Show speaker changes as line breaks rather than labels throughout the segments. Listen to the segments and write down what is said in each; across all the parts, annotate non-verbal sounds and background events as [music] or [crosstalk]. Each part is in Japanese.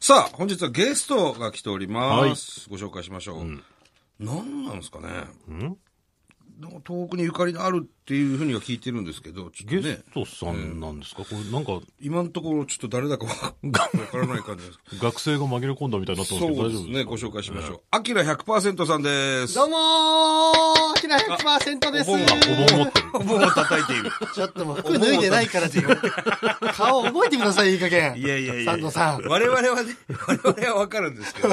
さあ、本日はゲストが来ております。ご紹介しましょう。何なんですかね。なんか東北にゆかりのあるっていうふうには聞いてるんですけど、ちょっ
ゲ
とね
ス、トさんなんですか、これなんか
今のところちょっと誰だかわかわからない感じです。
学生が紛れ込んだみたいに [laughs] なってます
そ
けど
う
大
で
丈
す
夫です
ね、
か
ご紹介しましょう。アキラ100%さんです。
どうもー、ひな100%です。
お盆が
お盆持ってる。
ボンを叩いている。
ちょっともう服脱いでないからっていう。顔覚えてください、いい加減。
いやいやいや。
サンドさん。
我々はね、我々はわかるんですけど。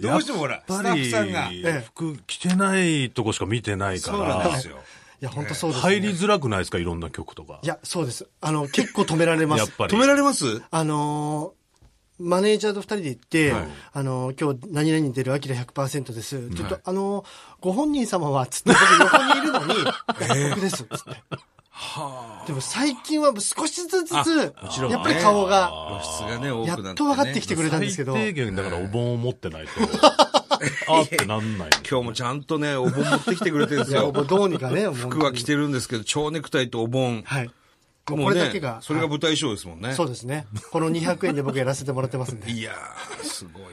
どうしてもほら、スタッフさんが。
やっぱり服着てないとこしか見てないか
そうなん
ら
で、すよ。
いや、本当そうです、ね。
入りづらくないですかいろんな曲とか
い。や、そうです。あの、結構止められま
や
す。
っぱり。
止められます
あのーマネージャーと二人で行って、
はい
あのー今日何々に出るアキラ100%です。ちょっと、あのーご本人様は、つって、僕横にいるのに、僕です、つって。でも最近は少しずつ、
ちろんね
やっぱり顔が、
露出がね、多くな
やっ
って、ね。
と分かってきてくれたんです
最
けど。
低限だからお盆を持ってないと、
[laughs]
あーってなんない。
今日もちゃんとね、お盆持ってきてくれてるんで
い
す
や、
よ
も。うどうにかね、もう
服は着てるんですけど、蝶ネクタイとお盆。
はい。もう
も
こ
う
れ
ね
だけが。
それが
は
舞台衣装ですもんね。
いそうですね。この200円で僕やらせてもらってますんで。
いやー、すごいよ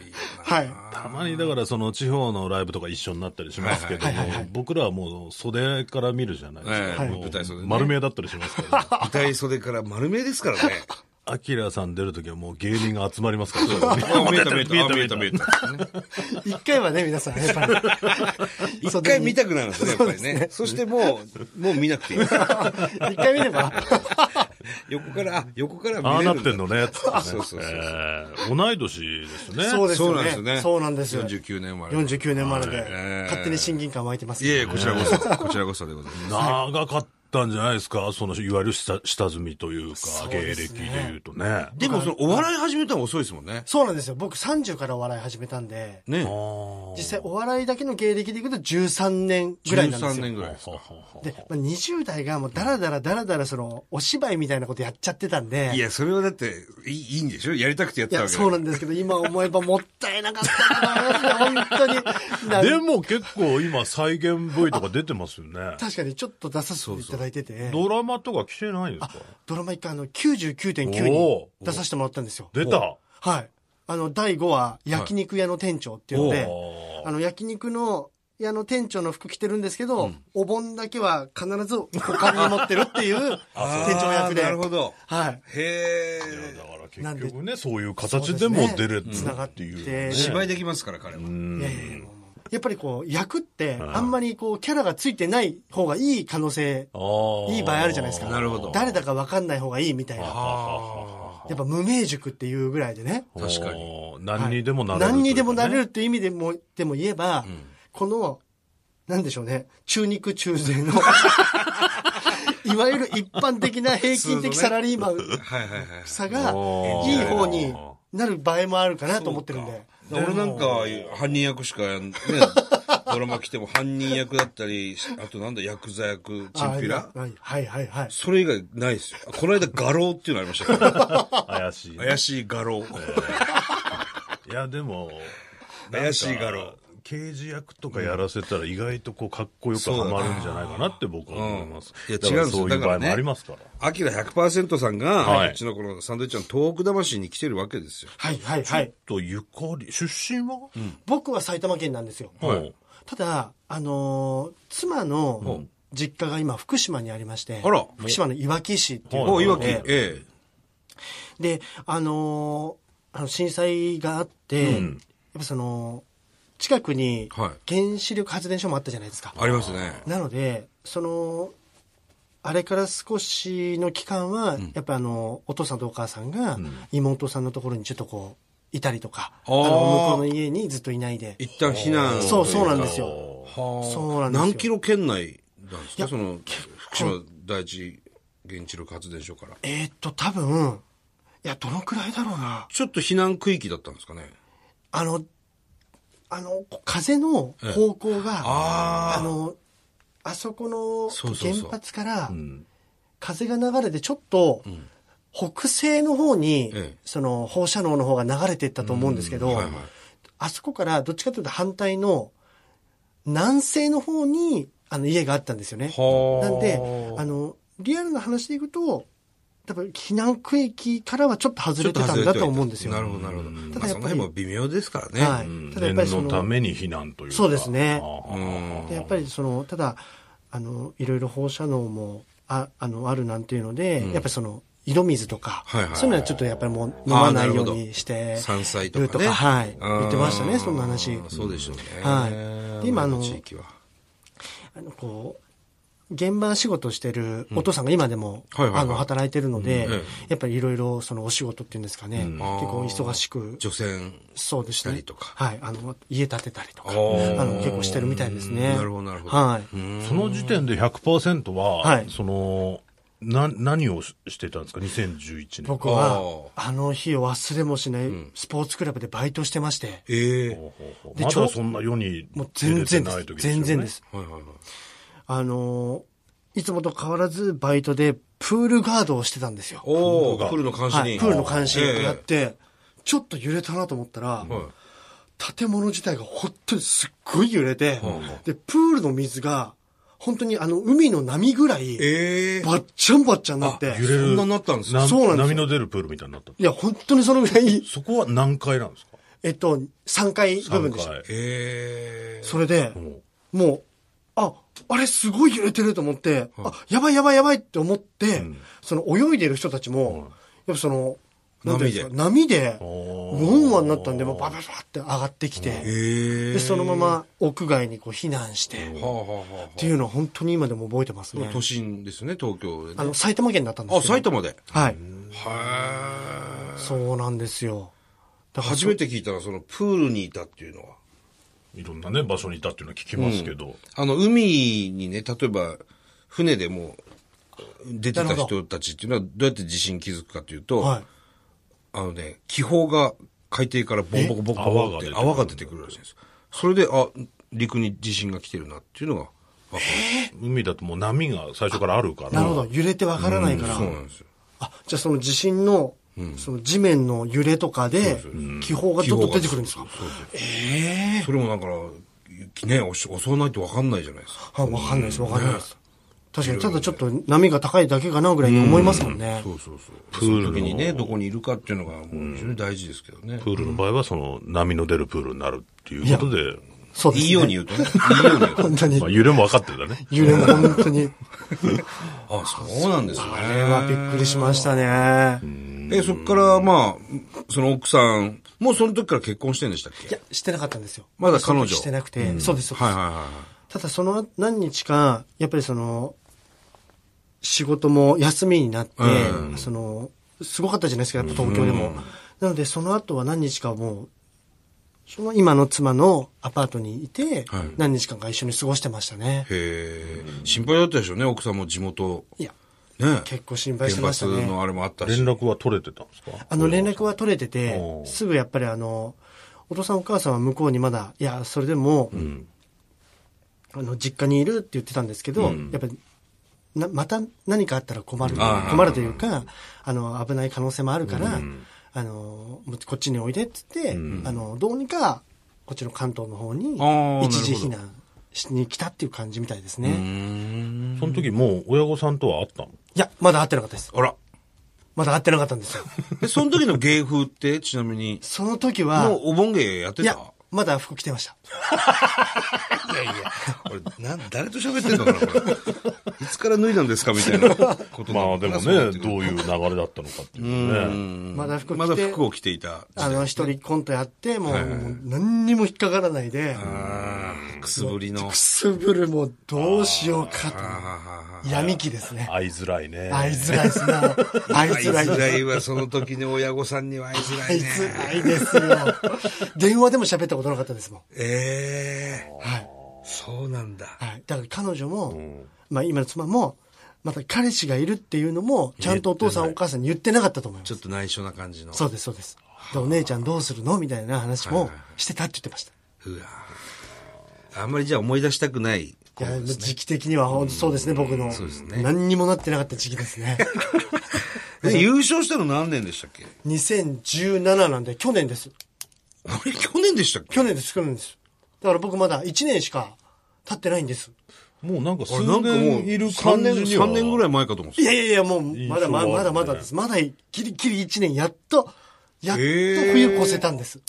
な。
はい。
たまにだからその地方のライブとか一緒になったりしますけども、僕らはもう袖から見るじゃないですか。
ええ
もう
舞台袖ね
丸見えだったりしますから。
舞台袖から丸見えですから
[laughs]
ね。
アキラさん出るときはもう芸人が集まりますから。
あ見えた見えた、あ見えた見えた。
一回はね、皆さん、やっぱり。
[laughs] 一回見た
く。
くなるんですね、やっぱりね。そしてもう、もう見なくていい。
一回見れ
[laughs]
ば。
横から、あ横から見れ
あ
る
あ
んだ
なってんのね、つって
そ
ね
うそうそうそう
えー同い年ですね。
そうです
そう
よ
なん
ね。
ですね。
そうなんですよ。
49年生まれ。
49年前
はい
で
ええ。
勝手に親近感湧いてます。
いやいや、こちらこそ、こちらこそでございます。
長かったんじゃないですかその、いわゆる下下積みというか、
そう
芸
で
歴
す
で
ね
いうとね。あ
でも、その、お笑い始めたの遅いですもんね。
そうなんですよ。僕30からお笑い始めたんで、
ね。
ー
実際お笑いだけの芸歴でいくと13年ぐらいなんです
13
よ
年。ぐらいですか。
で、まあ、20代がもうダラダラダラダラその、お芝居みたいなことやっちゃってたんで。
いや、それはだって、いいいいんでしょやりたくてやっ
い
てた
や、
わけ
そうなん
だ
ですけど、今思えばもったいなかったなと思いますね、本当に。な
でも結構今再現 V とか出てますよね。
確かにちょっと出させていただいてて、
ドラマとか来てないんですか
ドラマ一回あの99.9
お
に
ー
出させてもらったんですよ。
出た
はい。あの、第5話、焼肉屋の店長っていうので、
おー
あの、焼肉の屋の店長の服着てるんですけど、お盆だけは必ず股間に持ってるっていう店長役で。
なるほど。
はい。
へ
いや
え。
だから結局ね、そういう形でも出れるっていうね。
うん
芝居できますから、彼は。
いやいやいやもうもうやっぱりこう、役って、あんまりこう、キャラがついてない方がいい可能性
あー
いい場合あるじゃないですか。
なるほど
誰だか分かんない方がいいみたいな。
あ
やっぱ無名塾っていうぐらいでね。
ー
確かに
おー何にでもなれる、
何にでもなれる。っていう意味でも、でも言えば、この、なんでしょうね、中肉中背の、いわゆる一般的な平均的サラリーマン
はいはいはい。
さが、
おー
いい方になる場合もあるかなと思ってるんで。
俺なんかは犯人役しかや [laughs] ん、ね、ドラマ来ても犯人役だったり、あとなんだ、ヤクザ役、チンピラ
あはいはいはいはい。
それ以外ないですよ。あこの間、画廊っていうのありましたけど、
怪し
[laughs]
い。
怪しい画廊。
いや、でも、
[laughs] 怪しい画廊。
刑事役とかやらせたら意外とこうかっこよくハマるんじゃないかなって僕は思います。
うんいや
だから
違うんですよ
そういう
だか
場
ら
合
ね
もありますから。
アキラ100%さんが、
はいう
ちのこのサンドイッチの東北魂に来てるわけですよ。
はいはいはい。
と、ゆかり、出身は
僕は埼玉県なんですよ。
はい
ただ、あのー妻の実家が今福島にありまして、
あら
福島のいわき市っていう
は
お、
い
いわき、
え
ええ。
で、あのーあの震災があって、やっぱその、近くに
は
原子力発電所もあったじゃないですか。
ありますね。
なので、その、あれから少しの期間は、やっぱあの、お父さんとお母さんが、妹さんのところにちょっとこう、いたりとか、
あー
あの、向こうの家にずっといないで。
一旦避難。
そう、そうなんですよ。
はあ
そうなんですよ
何キロ圏内なんです
い
か
や
その、福島第一原子力発電所から。
えーっと、多分、いや、どのくらいだろうな。
ちょっと避難区域だったんですかね。
あの、あの、風の方向が、あの、あそこの
そうそうそう
原発から、風が流れてちょっと、北西の方に、
ええ
その放射能の方が流れてったと思うんですけど、
はいはい
あそこからどっちかというと反対の南西の方にあの家があったんですよね。
はあ
なんで、あの、リアルな話でいくと、多分避難区域からはちょっと外れてたんだと思うんですよ。
なるほど、なるほど。
た
まあ
だや
その
っぱり
辺も微妙ですからね。
はい
うん
ただやっぱりそ
念のた
の、
めに避難というか
そうですね
ああ
うん
でやっぱりその、ただ、あの、いろいろ放射能も、あ、あの、あるなんていうので、やっぱりその、井戸水とか、
はいはい
そういうのはちょっとやっぱりもう飲まないようにして、
山菜と
る
か
と
ね。
か、はい。
うん
言ってましたね、そんな話。
そうでしょうね。
はいで今あの
こ地域は。
あの、こう、現場仕事してるお父さんが今でも、
はいはいはい
あの、働いてるので、
うんええ
やっぱりいろいろそのお仕事っていうんですかね、結構忙しく、
除染。
そうです
した
ね。
りとか
はい。あの、家建てたりとか、あ
おー
の、結構してるみたいですね。
なるほどなるほど
はい。
その時点で100%は、
はい
そのな何をししてたんですか2011年
僕は、あの日を忘れもしない、スポーツクラブでバイトしてまして、
ええ。
で
ま
ちょ
だそんな世に
もう
出れ
全
て
然で
な
す
い時。ですよね
全然です。
はいはいはい。
あの、いつもと変わらずバイトでプールガードをしてたんですよ。
おお、プ
プ
ー
ー
ルの
ル
監視
は
に。
い。プールの監視
ええ
やって、ちょっと揺れたなと思ったら、建物自体が本当にすっごい揺れて、で、プールの水が、本当にあの、海の波ぐらい、
ええ。
バッチャンバッチャンになって、
揺れる
そんなになったんですか
そうなんです
波
よ
の出るプールみたいになった
いや、本当にそのぐらい、
そこは何階なんですか
えっと、3階部分
3
でした。
階
ええ。
それで、
ん
もう、あ、あれすごい揺れてると思って、あ、やばいやばいやばいって思って、その泳いでる人たちも、やっぱその、なんていうんすか波で、ワンワンになったんで、もうバババって上がってきて、
ええ。
で、そのまま屋外にこう避難して、っ
はあはあはあは
ていうのは本当に今でも覚えてます
あ。
ね。
都心ですね、東京でね。
あの、埼玉県だったんです
あ、
けど。
埼玉で。
はい。
は
そうなんですよ。だ
い。
から
初めて聞いたら、その、プールにいたっていうのは。
いろんなね場所にいたっていうのは聞きますけど、
あの、海にね、例えば、船でもう、出てた人たちっていうのは、どうやって地震気づくかというと、
はい。
あのね、気泡が海底からボンボコボコボコって
え
泡が出てくるらしいんです。それで、あ、陸に地震が来てるなっていうのが分かる。
海だともう波が最初からあるから
なるほど。揺れてわからないから。
そうなんですよ。
あ、じゃあその地震の、その地面の揺れとかで、気泡がちょっと出てくるんですか
そうそう [laughs] そうそれもだから、ね、おし襲わないと分かんないじゃないです
[laughs]
か。
あ、わかんないです、わかんないです。確かに、ただちょっと波が高いだけかなぐらいに思いますもんね。
そうそうそう。
プールの
その時にね、どこにいるかっていうのが、もう非常に大事ですけどね。
プールの場合はその波の出るプールになるっていうことで、
そうです
い
ね。
いように言うとね。いいように言うと。
本当に
まあ、。揺れも分かってるんだね
揺れも本当に。
あ、そうなんですね。
あれはびっくりしましたね。
え、そっから、まあ、その奥さん、もうその時から結婚してんでしたっ
い
け
や、してなかったんですよ。
まだ彼女
その時してなくて、そうです、そうです。
はいはいはいはい。
ただその何日か、やっぱりその、仕事も休みになって、
う
その、すごかったじゃないですか、やっぱ東京でも。なので、その後は何日かもう、その今の妻のアパートにいて、
はい
何日間か一緒に過ごしてましたね。
へえ、心配だったでしょうね、奥さんも地元。
いや、
ね。
結構心配してました
原発
ね。
のあれもあったし。
連絡は取れてたんですか
あの、連絡は取れてて
お、う
すぐやっぱりあの、お父さんお母さんは向こうにまだ、いや、それでも、あの、実家にいるって言ってたんですけど、やっぱり、な、また何かあったら困る。
あー
困るというか、あの、危ない可能性もあるから、あの、もうこっちにおいでって言って、あの、どうにか、こっちの関東の方に
あー、
一時
なるほど
避難しに来たっていう感じみたいです
うー
ね。
ん。
その時もう親御さんとは会ったの
いや、まだ会ってなかったです。
あら。
まだ会ってなかった
[laughs]
んですよ。
で、その時の芸風って、ちなみに、
その時は、
もうお盆芸やって
いや
た、
まだ服着てました。
いやいや、俺、な、誰と喋ってんのかな、これ。いつから脱いだんですかみたいなこと
まあでも
そうな
ね
ってくる
どういう流れだったのかっていう
う
ね
ん
まだ服着て
まだ服を着ていた時代。
あの、一人コントやって、もう、もう何にも引っかからないで、
あーくすぶりの
く。すぶるもうどうしようか
あ
と。闇期ですね。
会いづらいね
会いづらいですね。会い
ー会い
づらい。
づらいは、その時の親御さんには会いづら
会
い
い [laughs]
ね。
づらいですよ。電話でも喋ったことなかったですもん。
ええ
はい。
そうなんだ。
はい。だから彼女も、まあ今の妻も、また彼氏がいるっていうのも、ちゃんとお父さんお母さんに言ってなかったと思いま
ちょっ
す。
と内緒な感じの。
そうです、そうです。でお姉ちゃんどうするのみたいな話もしてたって言ってました。
うわあんまりじゃあ思い出したくない。
いや、もう時期的には本当そうですね、僕の。
そうですね
何にもなってなかった時期ですね。
え優勝したの何年でしたっけ
2017なんで、去年です。
あれ、去年でしたっけ
去年です、去年です。だから僕まだ1年しか経ってないんです。
もうなんか
あ
数
れなんかもう
年いる感じには。
3年ぐらい前かと思って
い
た
やいやいや、もう、まだまだ、
印象はあ
ま
る
だ
ね
まだです。まだ、ギリギリ1年、やっと、やっと
へー
冬越せたんです。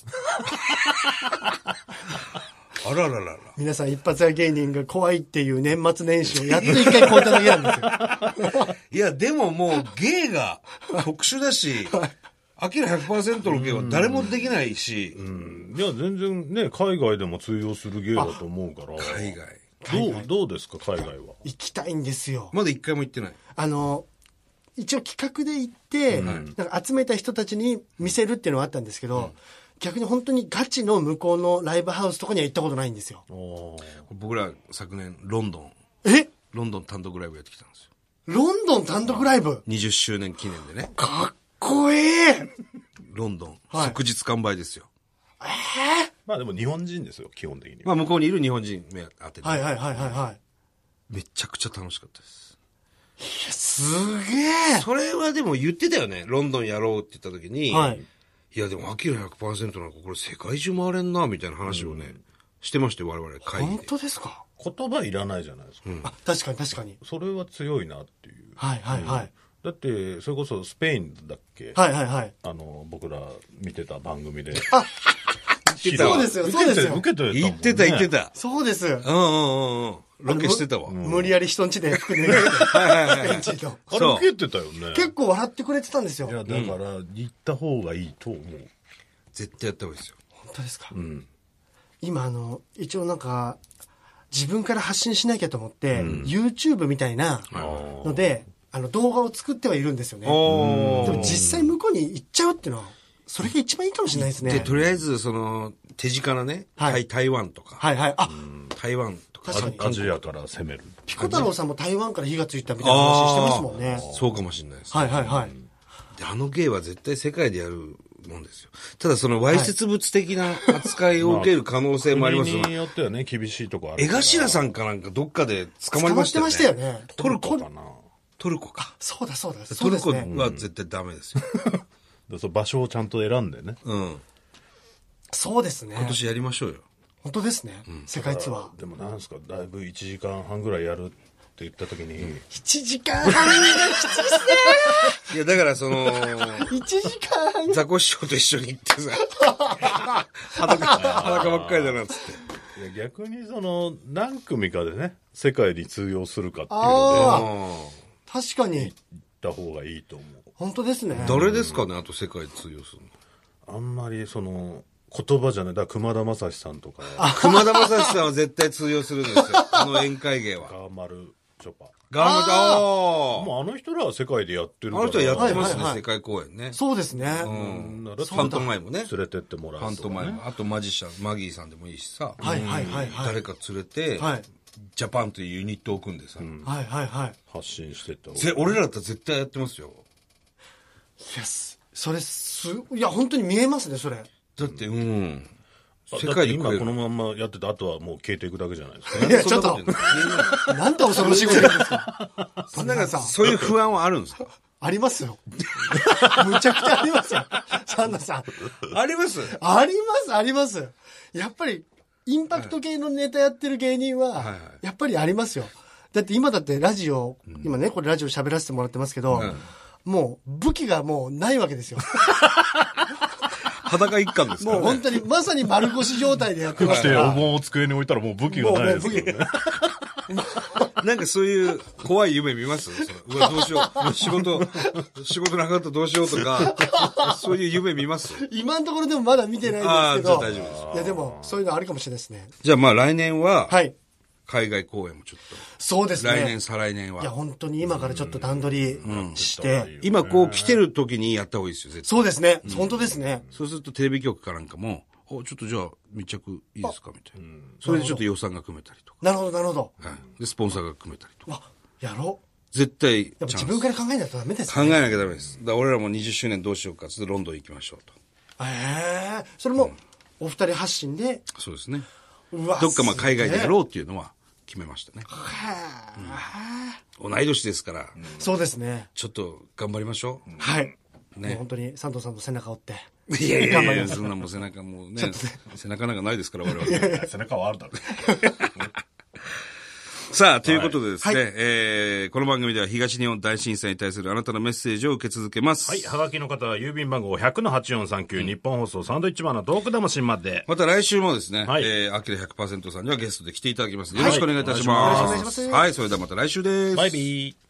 あらららら
皆さん、一発屋芸人が怖いっていう年末年始をやっと一回超えただけなんですよ。 [laughs]
いやでももう芸が特殊だしアキラ100%の芸は誰もできないし
うんいや、全然ね、海外でも通用する芸だと思うから。
海外
どう、どうですか、海外は。
行きたいんですよ。
まだ一回も行ってない
あの、一応企画で行って、なんか集めた人たちに見せるっていうのはあったんですけど、逆に本当にガチの向こうのライブハウスとかには行ったことないんですよ。
おー
僕ら昨年ロンドン
え
ロンドン単独ライブやってきたんですよ
ロンドン単独ライブ
20周年記念でね
かっこいい
ロンドン、
はい
即日完売ですよ
まあでも日本人ですよ、基本的には。
まあ向こうにいる日本人目当てて、
はいはいはいはいはい。
めちゃくちゃ楽しかったです
すげ
それはでも言ってたよねロンドンやろうって言った時に、
えはい。
いやでもアキラ100%なんかこれ世界中回れんなみたいな話をね、してまして我々会議
本
で
当ですか
言葉いらないじゃないですか。
あ、確かに確かに。
それは強いなっていう。
はいはいはい。
だって、それこそスペインだっけ、
はいはいはい。
あの、僕ら見てた番組で。
あ、
知らん
そうですよ、
受
そう
け
で
て
す
受
よ。
けてたもんね
言ってた言って。た、
そうです。
うんうんうんうんロケしてたわ、
無理やり人んちで服脱いで、スペイン
[laughs]
人の
あ
そう
れ受けてたよね。
結構笑ってくれてたんですよ。
いや、
本
だから、行った方がいいと思う。
絶対やった方がいいですよ
当ですか
ん
今あの、一応なんか、自分から発信しなきゃと思って、YouTube みたいなので、あの動画を作ってはいるんですよね。
お
でも実際向こうに行っちゃうっていうのは、それが一番いいかもしれないです
で
ね。
とりあえずその手近なね、
は
台
い
台湾とか、
はいはい。あ、
台湾とか
確かに
アジアから攻める。
ピコ太郎さんも台湾から火がついたみたいな話してますもんね。
そうかもしれないです、
はいはいはい。
であの芸は絶対世界でやるもんですよただそのわいせつ物的な扱いを受ける可能性もありますよ、
国によってはね、厳しいとこある
江
から。
頭さんかなんかどっかで捕まりましたよね。
捕まってましたよね
トルコ
コかな。
トルコか。
そうだそうだ。そ
ト
うで
ルコ
すね。
は絶対ダメですよ。
でそう場所をちゃんと選んでね。
うん。今
そうですね。
年やりましょうよ。
本当ですね。世界ツアー。
でもなんですか、だいぶ1時間半ぐらいやるって言った時に、
1時間半がきついっすね
いや、だからそ
[laughs]
の、
1時間半
ザコシショウと一緒に行ってさ、
[laughs]
裸、裸ばっかりだなっつって。
いや逆にその、何組かでね、世界に通用するかっていう
う
あ
ので、
ん
確かに
行った方がいいと思う。
本当ですね
誰ですかね、あと世界通用するの。
あんまりその、言葉じゃない、だから熊田正史さんとか、
熊田正史さんは絶対通用するんですよ。あの宴会芸は。
ガーマル・チョパ。
ガームあ
もうあの人らは世界でやって
ー
るから。
あの人はやってま
は
す
い
ね
はい、はい
世界公演ね。
そうですね、
うんだから
ファントマイムね。
連れてってもらう。
ファントマイム。あとマジシャン、マギーさんでもいいしさ。
はいはいはいはい
誰か連れて、
はい
ジャパンというユニットを組んでさ。
はいはいはい
発信してった方が
ぜ俺らだったら絶対やってますよ。
いやすそれすいや本当に見えますねそれい。
だって、うん。
あ
世界で
だ
食
って
え
今この
る。
まんまやってて、あとはもう消えていくだけじゃないですか
やちょっ
そ
と
んなこと言うの
なんて恐ろしいこと言うんですか
[laughs] そん
田
な
中さん
そういう不安はあるんですか
ありますよ [laughs] むちゃくちゃありますよサンナさん
[laughs] あります
ありますありますやっぱりインパクト系のネタやってる芸人は、
いはい
やっぱりありますよだって今だってラジオ、今ねこれラジオ喋らせてもらってますけど、
うん
もう武器がもうないわ
[laughs]
けですよ
裸一貫ですか
も
ら、
う
ね。
本当にまさに丸腰状態でやってま
だっ
すか
てお
ら。も
盆を机に置いたらもう武器
う
が
も
ないで
う
す
武
よ
器
ね。
なんかそういう怖い夢見ますそのうわ、どうしよう。仕事、仕事なかったらどうしようとか、そういう夢見ます
今のところでもまだ見てないんですけ
あ
ど。
ーじゃあ大丈夫です
いやでも、そういうのあるかもしれないですね。
じゃあまあ来年は、
はい。
海外公演もちょっと。
そうですね。
来年、再来年
いや
は。
本当に今からちょっと段取りして。
今こう来てる時にやった方がいいですよ、絶対。
そうですね。本当ですね。
そうするとテレビ局かなんかも、おちょっとじゃあ密着いいですかみたいな。それでちょっと予算が組めたりとか。
なるほど、なるほど。
はい。で、スポンサーが組めたりとか。
わ、やろう。
絶対チャン
やっぱ
ス、
自分から考えないとダメです
考
ね。
えなきゃダメです。だから俺らも20周年どうしようか、つってロンドン行きましょうと。
ええそれも、お二人発信で、
そうですね。
うわ
どっかまあ
すげえ
海外でやろうっていうのは決めましたね。
はあ
同い年ですから、
そうですね。
ちょっと頑張りましょ
はい。
ね
もう本当に、佐藤さんの背中を追って。
う。いやいやいやそんなもう背中もう
[laughs]
ね、背中なんかないですから、我々。
背中はあるだろう。
さあ、ということでですね、えーこの番組では東日本大震災に対するあなたのメッセージを受け続けます。
はい、はがきの方は郵便番号100-8439、日本放送サンドイッチマンのトーク魂まで。
また来週もですね、
はい
えー、アキラ100%さんにはゲストで来ていただきます。よろしくお願いいたします。
はいお願いします
はい、それではまた来週です。
バイビー。